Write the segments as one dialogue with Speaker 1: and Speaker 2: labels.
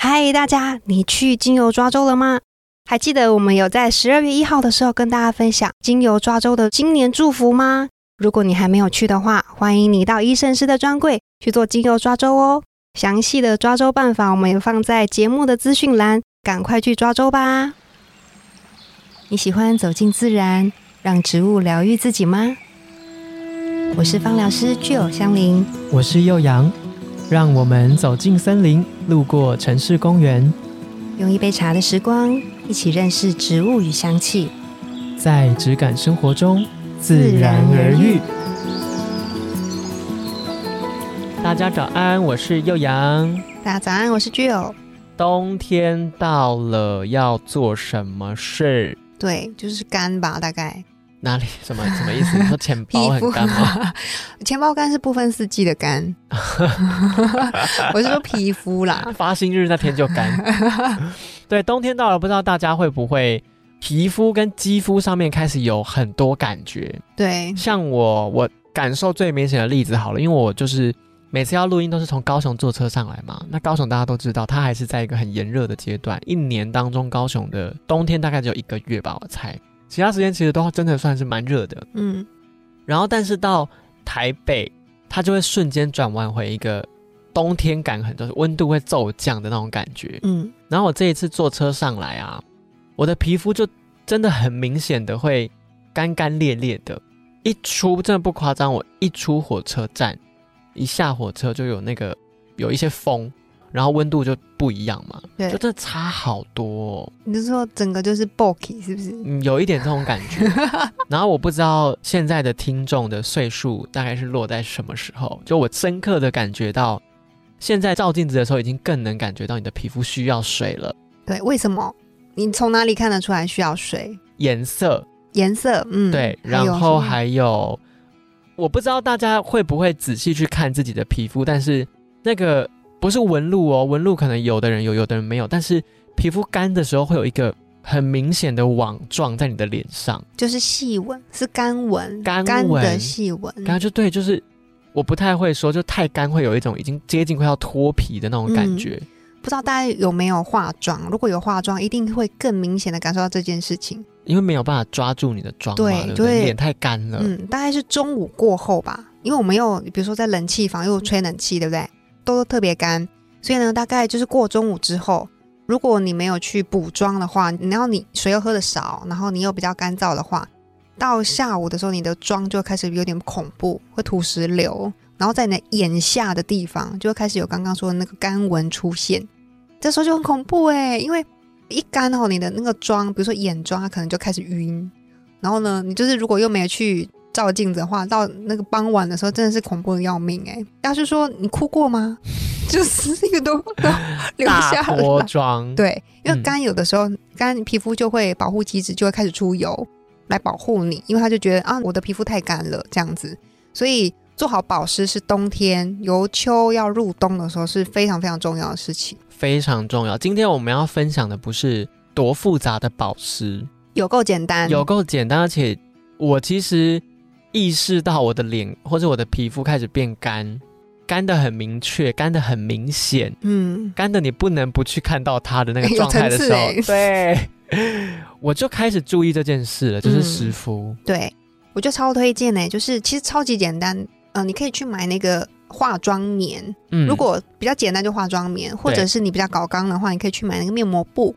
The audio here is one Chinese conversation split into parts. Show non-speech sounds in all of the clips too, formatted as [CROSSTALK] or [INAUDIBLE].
Speaker 1: 嗨，大家，你去精油抓周了吗？还记得我们有在十二月一号的时候跟大家分享精油抓周的新年祝福吗？如果你还没有去的话，欢迎你到医生师的专柜去做精油抓周哦。详细的抓周办法我们也放在节目的资讯栏，赶快去抓周吧。你喜欢走进自然，让植物疗愈自己吗？我是芳疗师具有香林，
Speaker 2: 我是幼阳，让我们走进森林，路过城市公园，
Speaker 1: 用一杯茶的时光，一起认识植物与香气。
Speaker 2: 在质感生活中自然而愈。大家早安，我是幼阳。
Speaker 1: 大家早安，我是具有。
Speaker 2: 冬天到了，要做什么事？
Speaker 1: 对，就是干吧，大概
Speaker 2: 哪里？什么什么意思？你说钱包很干
Speaker 1: [LAUGHS]
Speaker 2: 吗？
Speaker 1: 钱包干是不分四季的
Speaker 2: [LAUGHS]
Speaker 1: 干， [LAUGHS] 我是说皮肤啦。
Speaker 2: 发薪日那天就
Speaker 1: [LAUGHS]
Speaker 2: 干。对，冬天到了，不知道大家会不会皮肤跟肌肤上面开始有很多感觉？
Speaker 1: 对，
Speaker 2: 像我，我感受最明显的例子好了，因为我就是每次要录音都是从高雄坐车上来嘛。那高雄大家都知道，它还是在一个很炎热的阶段，一年当中高雄的冬天大概只有一个月吧，我猜，其他时间其实都真的算是蛮热的。
Speaker 1: 嗯，
Speaker 2: 然后但是到台北，它就会瞬间转换回一个冬天感很重，温度会骤降的那种感觉。
Speaker 1: 嗯，
Speaker 2: 然后我这一次坐车上来啊，我的皮肤就真的很明显的会干干裂裂的。一出真的不夸张，我一出火车站，一下火车就有那个有一些风，然后温度就不一样嘛，
Speaker 1: 对
Speaker 2: 就真的差好多、哦。
Speaker 1: 你是说整个就是 bulky 是不是？
Speaker 2: 嗯，有一点这种感觉。然后我不知道现在的听众的岁数大概是落在什么时候，就我深刻的感觉到，现在照镜子的时候已经更能感觉到你的皮肤需要水了，
Speaker 1: 对，为什么？你从哪里看得出来需要水？
Speaker 2: 颜色
Speaker 1: 颜色，嗯，
Speaker 2: 对，
Speaker 1: 有
Speaker 2: 然后
Speaker 1: 什么
Speaker 2: 还有，我不知道大家会不会仔细去看自己的皮肤，但是那个不是纹路哦，纹路可能有的人有，有的人没有，但是皮肤干的时候会有一个很明显的网状在你的脸上。
Speaker 1: 就是细纹，是干纹，
Speaker 2: 干纹
Speaker 1: 的细纹，
Speaker 2: 刚刚就对，就是我不太会说，就太干会有一种已经接近快要脱皮的那种感觉。
Speaker 1: 不知道大家有没有化妆？如果有化妆，一定会更明显的感受到这件事情。
Speaker 2: 因为没有办法抓住你的妆嘛，
Speaker 1: 对
Speaker 2: 对不对
Speaker 1: 对
Speaker 2: 脸太干了，
Speaker 1: [LAUGHS] 嗯，大概是中午过后吧，因为我们又比如说在冷气房又吹冷气，对不对？都特别干，所以呢，大概就是过中午之后，如果你没有去补妆的话，然后你水又喝的少，然后你又比较干燥的话，到下午的时候，你的妆就开始有点恐怖，会土石流，然后在你的眼下的地方就会开始有刚刚说的那个干纹出现，这时候就很恐怖哎、因为一干哦，你的那个妆，比如说眼妆，它可能就开始晕，然后呢，你就是如果又没有去照镜子的话，到那个傍晚的时候真的是恐怖的要命哎、要是说你哭过吗？ [LAUGHS] 就是那个都都流
Speaker 2: 大
Speaker 1: 下
Speaker 2: 脱
Speaker 1: 来，
Speaker 2: 妆，，
Speaker 1: 对，因为
Speaker 2: 嗯
Speaker 1: 干有的时候干皮肤就会保护机制就会开始出油来保护你，因为他就觉得啊我的皮肤太干了这样子，所以做好保湿是冬天由秋要入冬的时候是非常非常重要的事情，
Speaker 2: 非常重要。今天我们要分享的不是多复杂的保湿，
Speaker 1: 有够简单，
Speaker 2: 有够简单，而且我其实意识到我的脸或者我的皮肤开始变干，干的很明确，干的很明显，
Speaker 1: 嗯
Speaker 2: 干的你不能不去看到它的那个
Speaker 1: [LAUGHS] 有
Speaker 2: 状态的
Speaker 1: 层次
Speaker 2: 时候
Speaker 1: 欸，
Speaker 2: 对，我就开始注意这件事了，就是
Speaker 1: 嗯
Speaker 2: 湿敷。
Speaker 1: 对，我就超推荐呢、就是其实超级简单，呃，你可以去买那个化妆棉，
Speaker 2: 嗯
Speaker 1: 如果比较简单就化妆棉，或者是你比较搞刚的话，你可以去买那个面膜布。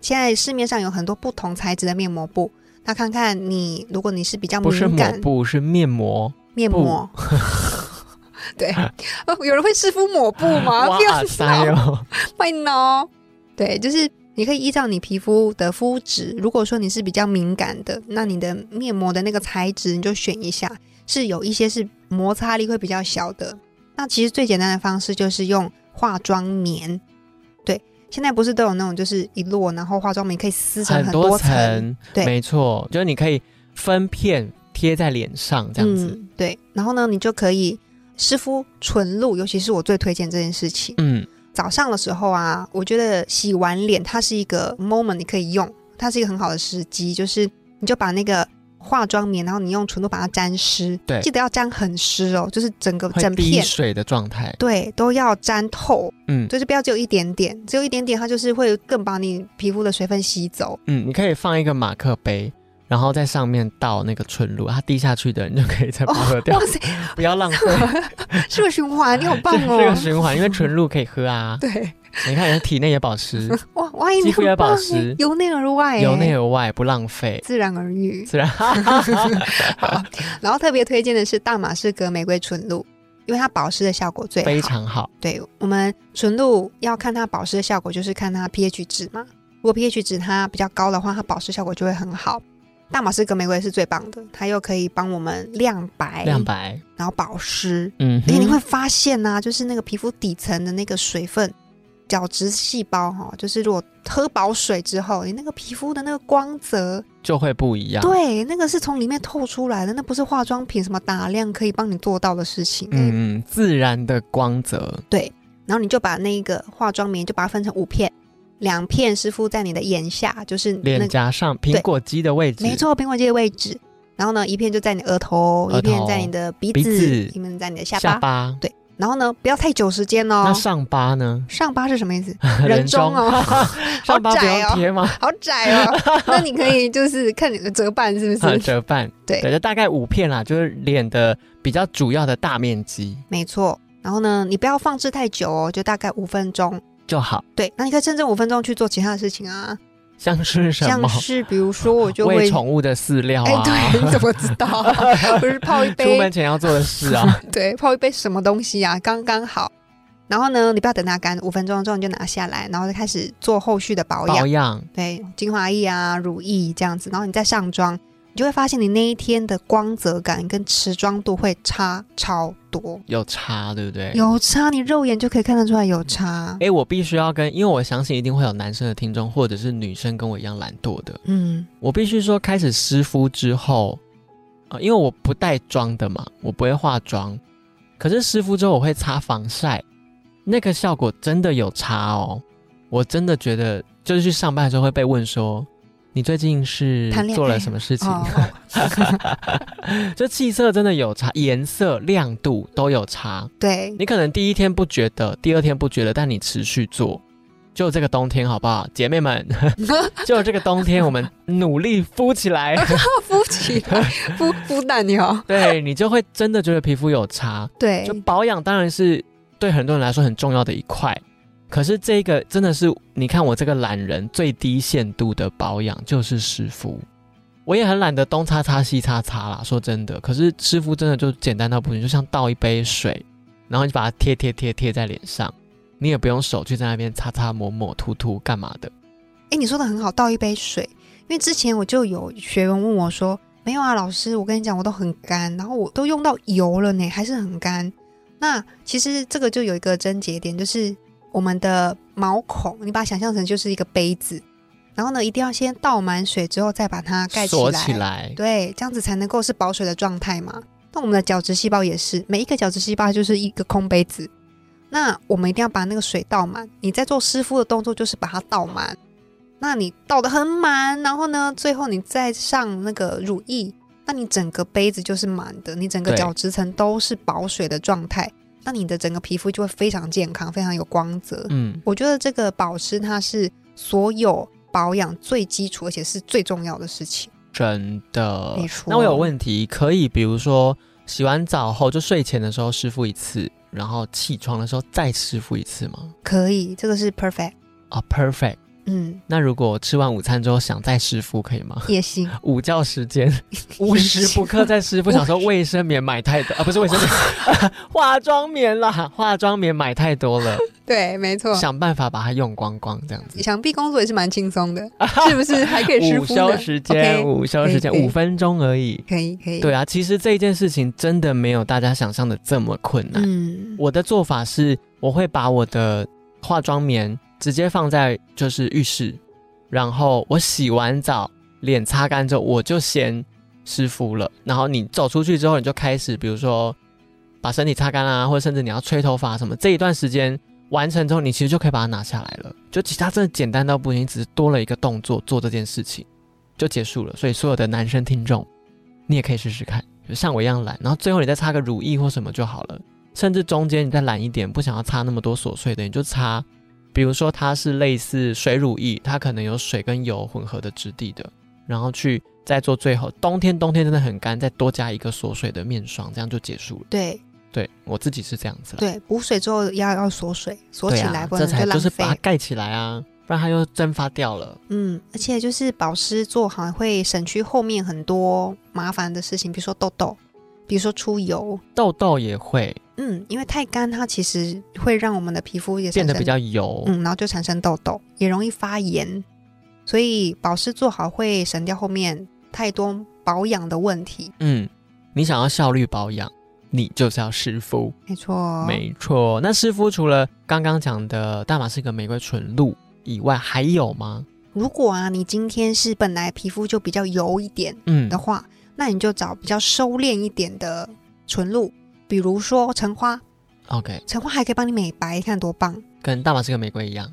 Speaker 1: 现在市面上有很多不同材质的面膜布，那看看你，如果你是比较
Speaker 2: 不是
Speaker 1: 敏
Speaker 2: 抹
Speaker 1: 感
Speaker 2: 布是面膜，
Speaker 1: 面膜， [LAUGHS] 对，
Speaker 2: [LAUGHS]
Speaker 1: 呃有人会试敷抹布吗？
Speaker 2: 哇
Speaker 1: 啊不要
Speaker 2: 塞
Speaker 1: 闹，
Speaker 2: 哦，
Speaker 1: 会挠。对，就是你可以依照你皮肤的肤质，如果说你是比较敏感的，那你的面膜的那个材质你就选一下，是有一些是摩擦力会比较小的。那其实最简单的方式就是用化妆棉。对，现在不是都有那种就是一摞，然后化妆棉可以撕成很
Speaker 2: 多
Speaker 1: 层，
Speaker 2: 层，
Speaker 1: 对
Speaker 2: 没错，就是你可以分片贴在脸上这样子，
Speaker 1: 嗯。对，然后呢，你就可以湿敷纯露，尤其是我最推荐这件事情。
Speaker 2: 嗯，
Speaker 1: 早上的时候啊，我觉得洗完脸它是一个 moment，你可以用，它是一个很好的时机，就是你就把那个化妆棉，然后你用唇露把它沾湿，
Speaker 2: 对
Speaker 1: 记得要沾很湿哦，就是整个
Speaker 2: 会
Speaker 1: 整
Speaker 2: 滴
Speaker 1: 片，
Speaker 2: 水的状态，
Speaker 1: 对，都要沾透，
Speaker 2: 嗯
Speaker 1: 就是不要只有一点点，只有一点点，它就是会更把你皮肤的水分吸
Speaker 2: [LAUGHS]
Speaker 1: 走。
Speaker 2: 嗯，你可以放一个马克杯，然后在上面倒那个纯露，它滴下去的你就可以再
Speaker 1: 哦
Speaker 2: 把它喝，掉，
Speaker 1: 哇塞，
Speaker 2: [LAUGHS] 不要浪 [LAUGHS] 费
Speaker 1: 是个循环，你好棒
Speaker 2: 这 [LAUGHS]
Speaker 1: 哦！，
Speaker 2: 这个循环，因为纯露可以喝啊 [LAUGHS]
Speaker 1: 对，
Speaker 2: 你看人体内也保湿，
Speaker 1: 哇，哇，你
Speaker 2: 肌肤也
Speaker 1: 很棒
Speaker 2: 保
Speaker 1: 哎
Speaker 2: 湿
Speaker 1: 由内而外，
Speaker 2: 由内
Speaker 1: 而
Speaker 2: 而外不浪 [LAUGHS] 费，
Speaker 1: 自然而愈。
Speaker 2: 自然
Speaker 1: 然后特别推荐的是大马士革玫瑰纯露，因为它保湿的效果最好。
Speaker 2: 非常好。
Speaker 1: 对我们纯露要看它保湿的效果，就是看它 pH 值嘛。如果 pH 值它比较高的话，它保湿效果就会很好。大马士革玫瑰是最棒的，它又可以帮我们亮白，
Speaker 2: 亮，白，
Speaker 1: 然后保湿。
Speaker 2: 嗯
Speaker 1: 而且你
Speaker 2: 哼
Speaker 1: 会发现呐、就是那个皮肤底层的那个水分，角质细胞哈、就是如果喝饱水之后，你那个皮肤的那个光泽，
Speaker 2: 就会不一样。
Speaker 1: 对，那个是从里面透出来的，那不是化妆品什么打亮可以帮你做到的事情。嗯，
Speaker 2: 嗯，嗯，自然的光泽，
Speaker 1: 然后你就把那个化妆棉就把它分成五片，两片是敷在你的眼下，就是那
Speaker 2: 脸
Speaker 1: 个
Speaker 2: 颊上苹
Speaker 1: 对
Speaker 2: 果肌的位置，
Speaker 1: 没，错苹果肌的位置。然后呢，一片就在你额头，
Speaker 2: 额
Speaker 1: 一片
Speaker 2: 头
Speaker 1: 在你的鼻子，
Speaker 2: 鼻子
Speaker 1: 一片在你的下
Speaker 2: 下
Speaker 1: 巴。
Speaker 2: 巴。
Speaker 1: 然后呢，不要太久时间哦
Speaker 2: 那。上巴呢？
Speaker 1: 上巴是什么意思？
Speaker 2: [LAUGHS] 人
Speaker 1: 中哦，
Speaker 2: [LAUGHS] 上巴不用贴吗？
Speaker 1: 好窄哦。
Speaker 2: [LAUGHS]
Speaker 1: 那你可以就是看你的折半是不是？
Speaker 2: 折半，
Speaker 1: [LAUGHS] 对
Speaker 2: 对，就大概五片啦，就是脸的比较主要的大面积
Speaker 1: 没错。然后呢，你不要放置太久哦，就大概五分钟。
Speaker 2: 就好，
Speaker 1: 对，那你可以趁这五分钟去做其他的事情啊，
Speaker 2: 像是什么
Speaker 1: 像？是比如
Speaker 2: [LAUGHS]
Speaker 1: 说，我就
Speaker 2: 喂
Speaker 1: 会，
Speaker 2: 宠物的饲料
Speaker 1: 哎、
Speaker 2: 啊，
Speaker 1: 对，你 [LAUGHS] 怎么知道、
Speaker 2: [LAUGHS]
Speaker 1: 啊？不是泡一
Speaker 2: 出
Speaker 1: 杯
Speaker 2: 门，前要做的事啊，
Speaker 1: [LAUGHS] 对，泡一杯什么东西啊，刚刚好。然后呢，你不要等它干，五分钟之后你就拿下来，然后就开始做后续的保养，
Speaker 2: 保养，
Speaker 1: 对，精华液啊、乳液这样子，然后你再上妆，你就会发现你那一天的光泽感跟持妆度会差超多，
Speaker 2: 有差，对不对？
Speaker 1: 有差，你肉眼就可以看得出来有差。
Speaker 2: 哎，我必须要跟，因为我相信一定会有男生的听众，或者是女生跟我一样懒惰的。
Speaker 1: 嗯，
Speaker 2: 我必须说，开始湿敷之后，呃，因为我不带妆的嘛，我不会化妆，可是湿敷之后我会擦防晒，那个效果真的有差哦。我真的觉得，就是去上班的时候会被问说，你最近是
Speaker 1: 谈恋爱
Speaker 2: 做了什么事情？ [LAUGHS]
Speaker 1: 哦，
Speaker 2: 就气色真的有差，颜色、亮度都有差。
Speaker 1: 对，
Speaker 2: 你可能第一天不觉得，第二天不觉得，但你持续做，就这个冬天好不好，姐妹们？ [LAUGHS] 就这个冬天，我们努力敷起来，
Speaker 1: [LAUGHS] 敷起来， [LAUGHS] 敷敷蛋你
Speaker 2: [LAUGHS]
Speaker 1: 哦。
Speaker 2: 对你就会真的觉得皮肤有差。
Speaker 1: 对
Speaker 2: 就，保养当然是对很多人来说很重要的一块，可是这个真的是，你看我这个懒人最低限度的保养就是湿敷。我也很懒得东擦擦西擦擦啦，说真的，可是湿敷真的就简单到不行，就像倒一杯水，然后你把它贴贴贴贴在脸上，你也不用手去在那边擦擦抹抹涂涂干嘛的。
Speaker 1: 哎，你说的很好，倒一杯水。因为之前我就有学员问我说：“没有啊，老师，我跟你讲，我都很干，然后我都用到油了呢，还是很干。”那其实这个就有一个症结点，就是我们的毛孔，你把它想象成就是一个杯子，然后呢，一定要先倒满水之后再把它盖
Speaker 2: 锁起来，
Speaker 1: 对，这样子才能够是保水的状态嘛。那我们的角质细胞也是，每一个角质细胞就是一个空杯子。那我们一定要把那个水倒满。你在做湿敷的动作，就是把它倒满。那你倒得很满，然后呢，最后你再上那个乳液，那你整个杯子就是满的，你整个
Speaker 2: 对
Speaker 1: 角质层都是保水的状态，那你的整个皮肤就会非常健康，非常有光泽。
Speaker 2: 嗯，
Speaker 1: 我觉得这个保湿它是所有保养最基础，而且是最重要的事情。
Speaker 2: 真的
Speaker 1: 没。错
Speaker 2: 哦那我有问题，可以比如说洗完澡后就睡前的时候湿敷一次，然后起床的时候再湿敷一次吗？
Speaker 1: 可以，这个是 perfect。
Speaker 2: 啊、p e r f e c t
Speaker 1: 嗯，
Speaker 2: 那如果吃完午餐之后想再湿敷可以吗？ [LAUGHS]
Speaker 1: 也行，
Speaker 2: 午觉时间无时不刻在湿敷，想说卫生棉买太多啊，不是卫生棉，
Speaker 1: [LAUGHS]
Speaker 2: 化妆棉啦，化妆棉买太多了，
Speaker 1: [LAUGHS] 对，没错。
Speaker 2: 想办法把它用光光这样子。
Speaker 1: 想必工作也是蛮轻松
Speaker 2: [LAUGHS]
Speaker 1: 的，是不是？还可以哎湿
Speaker 2: 午
Speaker 1: 敷
Speaker 2: 休
Speaker 1: 的，
Speaker 2: 时间，
Speaker 1: OK，嗯
Speaker 2: 午休时间
Speaker 1: 可以可以
Speaker 2: 五分钟而已。
Speaker 1: 可以可以。
Speaker 2: 对，啊，其实这件事情真的没有大家想象的这么困难。
Speaker 1: 嗯，
Speaker 2: 我的做法是，我会把我的化妆棉直接放在就是浴室，然后我洗完澡，脸擦干之后，我就先湿敷了。然后你走出去之后，你就开始，比如说把身体擦干啊，或者甚至你要吹头发什么，这一段时间完成之后，你其实就可以把它拿下来了。就其他真的简单到不行，只是多了一个动作做这件事情就结束了。所以所有的男生听众。你也可以试试看，就像我一样懒，然后最后你再擦个乳液或什么就好了。甚至中间你再懒一点，不想要擦那么多琐碎的，你就擦，比如说它是类似水乳液，它可能有水跟油混合的质地的，然后去再做最后，冬天冬天真的很干，再多加一个锁水的面霜，这样就结束了。
Speaker 1: 对
Speaker 2: 对我自己是这样子啦，
Speaker 1: 对，补水之后要要锁水，锁
Speaker 2: 对
Speaker 1: 起
Speaker 2: 啊
Speaker 1: 来，不
Speaker 2: 这
Speaker 1: 然
Speaker 2: 才
Speaker 1: 就浪
Speaker 2: 就是
Speaker 1: 费
Speaker 2: 把它。盖起来啊，不然它又蒸发掉了。
Speaker 1: 嗯，而且就是保湿做好会省去后面很多麻烦的事情，比如说痘痘，比如说出油。
Speaker 2: 痘痘也会
Speaker 1: 嗯，因为太干，它其实会让我们的皮肤也产
Speaker 2: 变得
Speaker 1: 生
Speaker 2: 比较油，
Speaker 1: 嗯，然后就产生痘痘，也容易发炎。所以保湿做好会省掉后面太多保养的问题。
Speaker 2: 嗯，你想要效率保养，你就是要湿敷，
Speaker 1: 没错，哦
Speaker 2: 没错。那湿敷除了刚刚讲的大马士革玫瑰纯露以外，还有吗？
Speaker 1: 如果啊，你今天是本来皮肤就比较油一点
Speaker 2: 嗯
Speaker 1: 的，话，那你就找比较收敛一点的纯露，比如说橙花，
Speaker 2: OK，
Speaker 1: 橙花还可以帮你美白，看多棒。
Speaker 2: 跟大马士革玫瑰一样，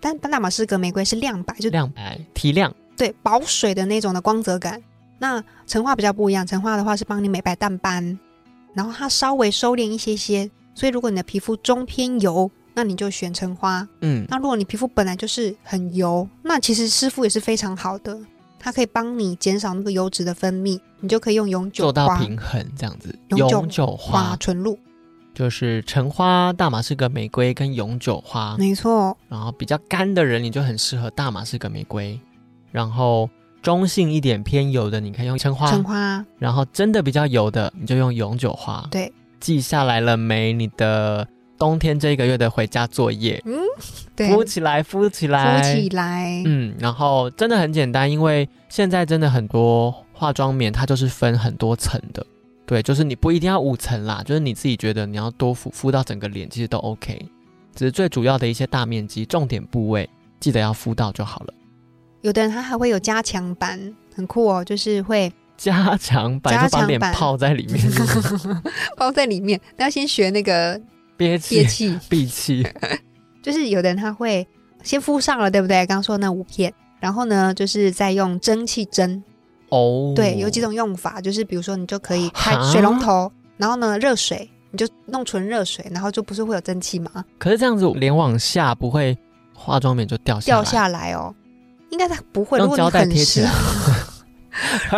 Speaker 1: 但斑大马士革玫瑰是亮白，就
Speaker 2: 亮白提亮，
Speaker 1: 对保水的那种的光泽感。那橙花比较不一样，橙花的话是帮你美白淡斑，然后它稍微收敛一些些。所以如果你的皮肤中偏油，那你就选橙花。
Speaker 2: 嗯，
Speaker 1: 那如果你皮肤本来就是很油，那其实湿敷也是非常好的，它可以帮你减少那个油脂的分泌，你就可以用永久
Speaker 2: 做到
Speaker 1: 花
Speaker 2: 平衡这样子。
Speaker 1: 永久
Speaker 2: 久
Speaker 1: 花
Speaker 2: 花
Speaker 1: 纯露。
Speaker 2: 就是橙花、大马士革玫瑰跟永久花，
Speaker 1: 没错，
Speaker 2: 然后比较干的人，你就很适合大马士革玫瑰，然后中性一点偏油的，你可以用橙花，
Speaker 1: 橙花
Speaker 2: 然后真的比较油的，你就用永久花。
Speaker 1: 对，
Speaker 2: 记下来了没？你的冬天这一个月的回家作业，
Speaker 1: 对，
Speaker 2: 敷
Speaker 1: 敷
Speaker 2: 起来，敷起来，
Speaker 1: 起来，
Speaker 2: 嗯，然后真的很简单，因为现在真的很多化妆棉它就是分很多层的，对，就是你不一定要五层啦，就是你自己觉得你要多敷敷到整个脸，其实都 OK，只是最主要的一些大面积、重点部位，记得要敷到就好了。
Speaker 1: 有的人他还会有加强版，很酷哦，就是会
Speaker 2: 加强版
Speaker 1: [LAUGHS] 加
Speaker 2: 就把
Speaker 1: 强
Speaker 2: 脸
Speaker 1: 版
Speaker 2: 泡在里面，
Speaker 1: [LAUGHS] 包在里面。那要先学那个憋
Speaker 2: 憋气、
Speaker 1: 气，
Speaker 2: 闭气，
Speaker 1: 就是有的人他会先敷上了，对不对？刚刚说那五片，然后呢，就是再用蒸汽蒸。
Speaker 2: [LAUGHS] 哦，啊
Speaker 1: 对，有几种用法，就是比如说你就可以开
Speaker 2: 哈
Speaker 1: 水龙头，然后呢热水，你就弄纯热水，然后就不是会有蒸汽吗？
Speaker 2: 可是这样子脸往下不会化妆棉就掉下来
Speaker 1: 掉下来哦，应该它不会。如
Speaker 2: 用
Speaker 1: 果你
Speaker 2: 胶带
Speaker 1: 很
Speaker 2: 贴起
Speaker 1: 湿
Speaker 2: 来，
Speaker 1: [LAUGHS]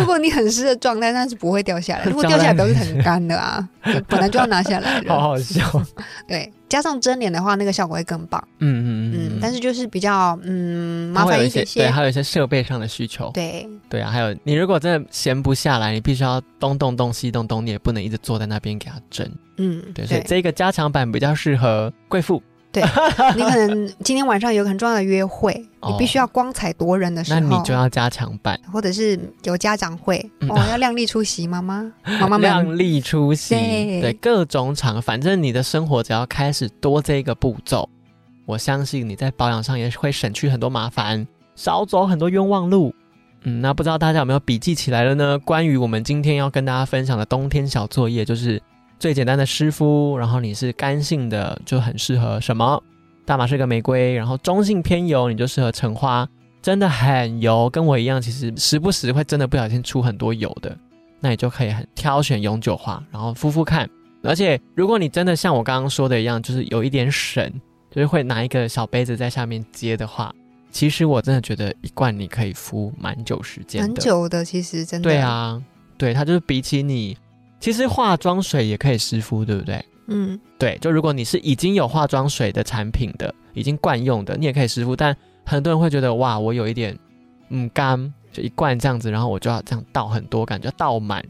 Speaker 1: 如果你很湿的状态，那是不会掉
Speaker 2: [LAUGHS]
Speaker 1: 下来。如果掉下来，表示很干的啊，本来就要拿下来
Speaker 2: [LAUGHS] 好
Speaker 1: 了。[LAUGHS]
Speaker 2: 好笑。
Speaker 1: 对，加上蒸脸的话，那个效果会更棒。
Speaker 2: 嗯嗯嗯
Speaker 1: 嗯，，但
Speaker 2: 是
Speaker 1: 是就是比较嗯麻
Speaker 2: 它会有
Speaker 1: 烦
Speaker 2: 一
Speaker 1: 些
Speaker 2: 些对，还有一些设备上的需求。
Speaker 1: 对
Speaker 2: 对啊，还有你如果真的闲不下来，你必须要东动动西动动，你也不能一直坐在那边给它蒸。
Speaker 1: 嗯，
Speaker 2: 对，所以这个加强版比较适合贵妇。
Speaker 1: [LAUGHS] 你可能今天晚上有个很重要的约会，
Speaker 2: 哦
Speaker 1: 你必须要光彩夺人的时
Speaker 2: 那
Speaker 1: 候，
Speaker 2: 你就要加强版，
Speaker 1: 或者是有家长会、
Speaker 2: 嗯
Speaker 1: 哦，要靓丽出席，妈妈
Speaker 2: [LAUGHS]
Speaker 1: 妈妈们，
Speaker 2: 量力出行，
Speaker 1: 对
Speaker 2: 对各种场，反正你的生活只要开始多这个步骤，我相信你在保养上也会省去很多麻烦，少走很多冤枉路。嗯，那不知道大家有没有笔记起来了呢？关于我们今天要跟大家分享的冬天小作业，就是最简单的湿敷，然后你是干性的，就很适合什么？大马士革玫瑰，然后中性偏油，你就适合橙花，真的很油，跟我一样，其实时不时会真的不小心出很多油的。那你就可以很挑选永久花，然后敷敷看。而且如果你真的像我刚刚说的一样，就是有一点省，就是会拿一个小杯子在下面接的话，其实我真的觉得一罐你可以敷蛮久时间的。
Speaker 1: 蛮久的，其实真的，
Speaker 2: 对，啊，对，它就是比起你，其实化妆水也可以湿敷，对不对？
Speaker 1: 嗯，
Speaker 2: 对，就如果你是已经有化妆水的产品的，已经惯用的，你也可以湿敷。但很多人会觉得，哇，我有一点，嗯，干，就一罐这样子，然后我就要这样倒很多，感觉倒满。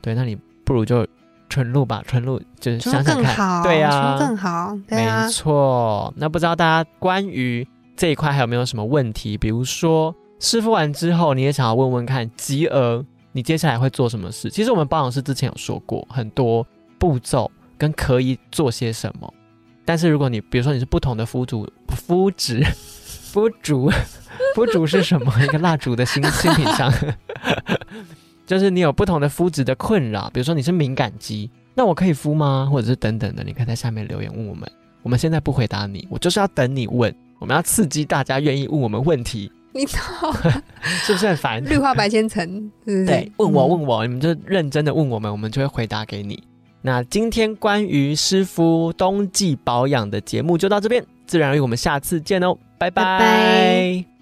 Speaker 2: 对，那你不如就纯露吧，纯露就是
Speaker 1: 唇
Speaker 2: 想
Speaker 1: 更
Speaker 2: 想
Speaker 1: 好，
Speaker 2: 看，对啊呀、
Speaker 1: 唇更好，对啊
Speaker 2: 没，错。那不知道大家关于这一块还有没有什么问题？比如说师傅完之后，你也想要问问看，吉儿你接下来会做什么事？其实我们保养师之前有说过很多步骤跟可以做些什么，但是如果你比如说你是不同的肤主肤质肤主肤主是什么？一个蜡烛的新新品上。 [LAUGHS] 就是你有不同的肤质的困扰，比如说你是敏感肌，那我可以敷吗？或者是等等的，你可以在下面留言问我们。我们现在不回答你，我就是要等你问，我们要刺激大家愿意问我们问题，
Speaker 1: 你 [LAUGHS] 知道
Speaker 2: 是不是很 [LAUGHS] 烦？
Speaker 1: 绿化白千层，是不是
Speaker 2: 对，问我
Speaker 1: 嗯
Speaker 2: 问我，你们就认真的问我们，我们就会回答给你。那今天关于湿敷冬季保养的节目就到这边，自然而然我们下次见哦，拜
Speaker 1: 拜拜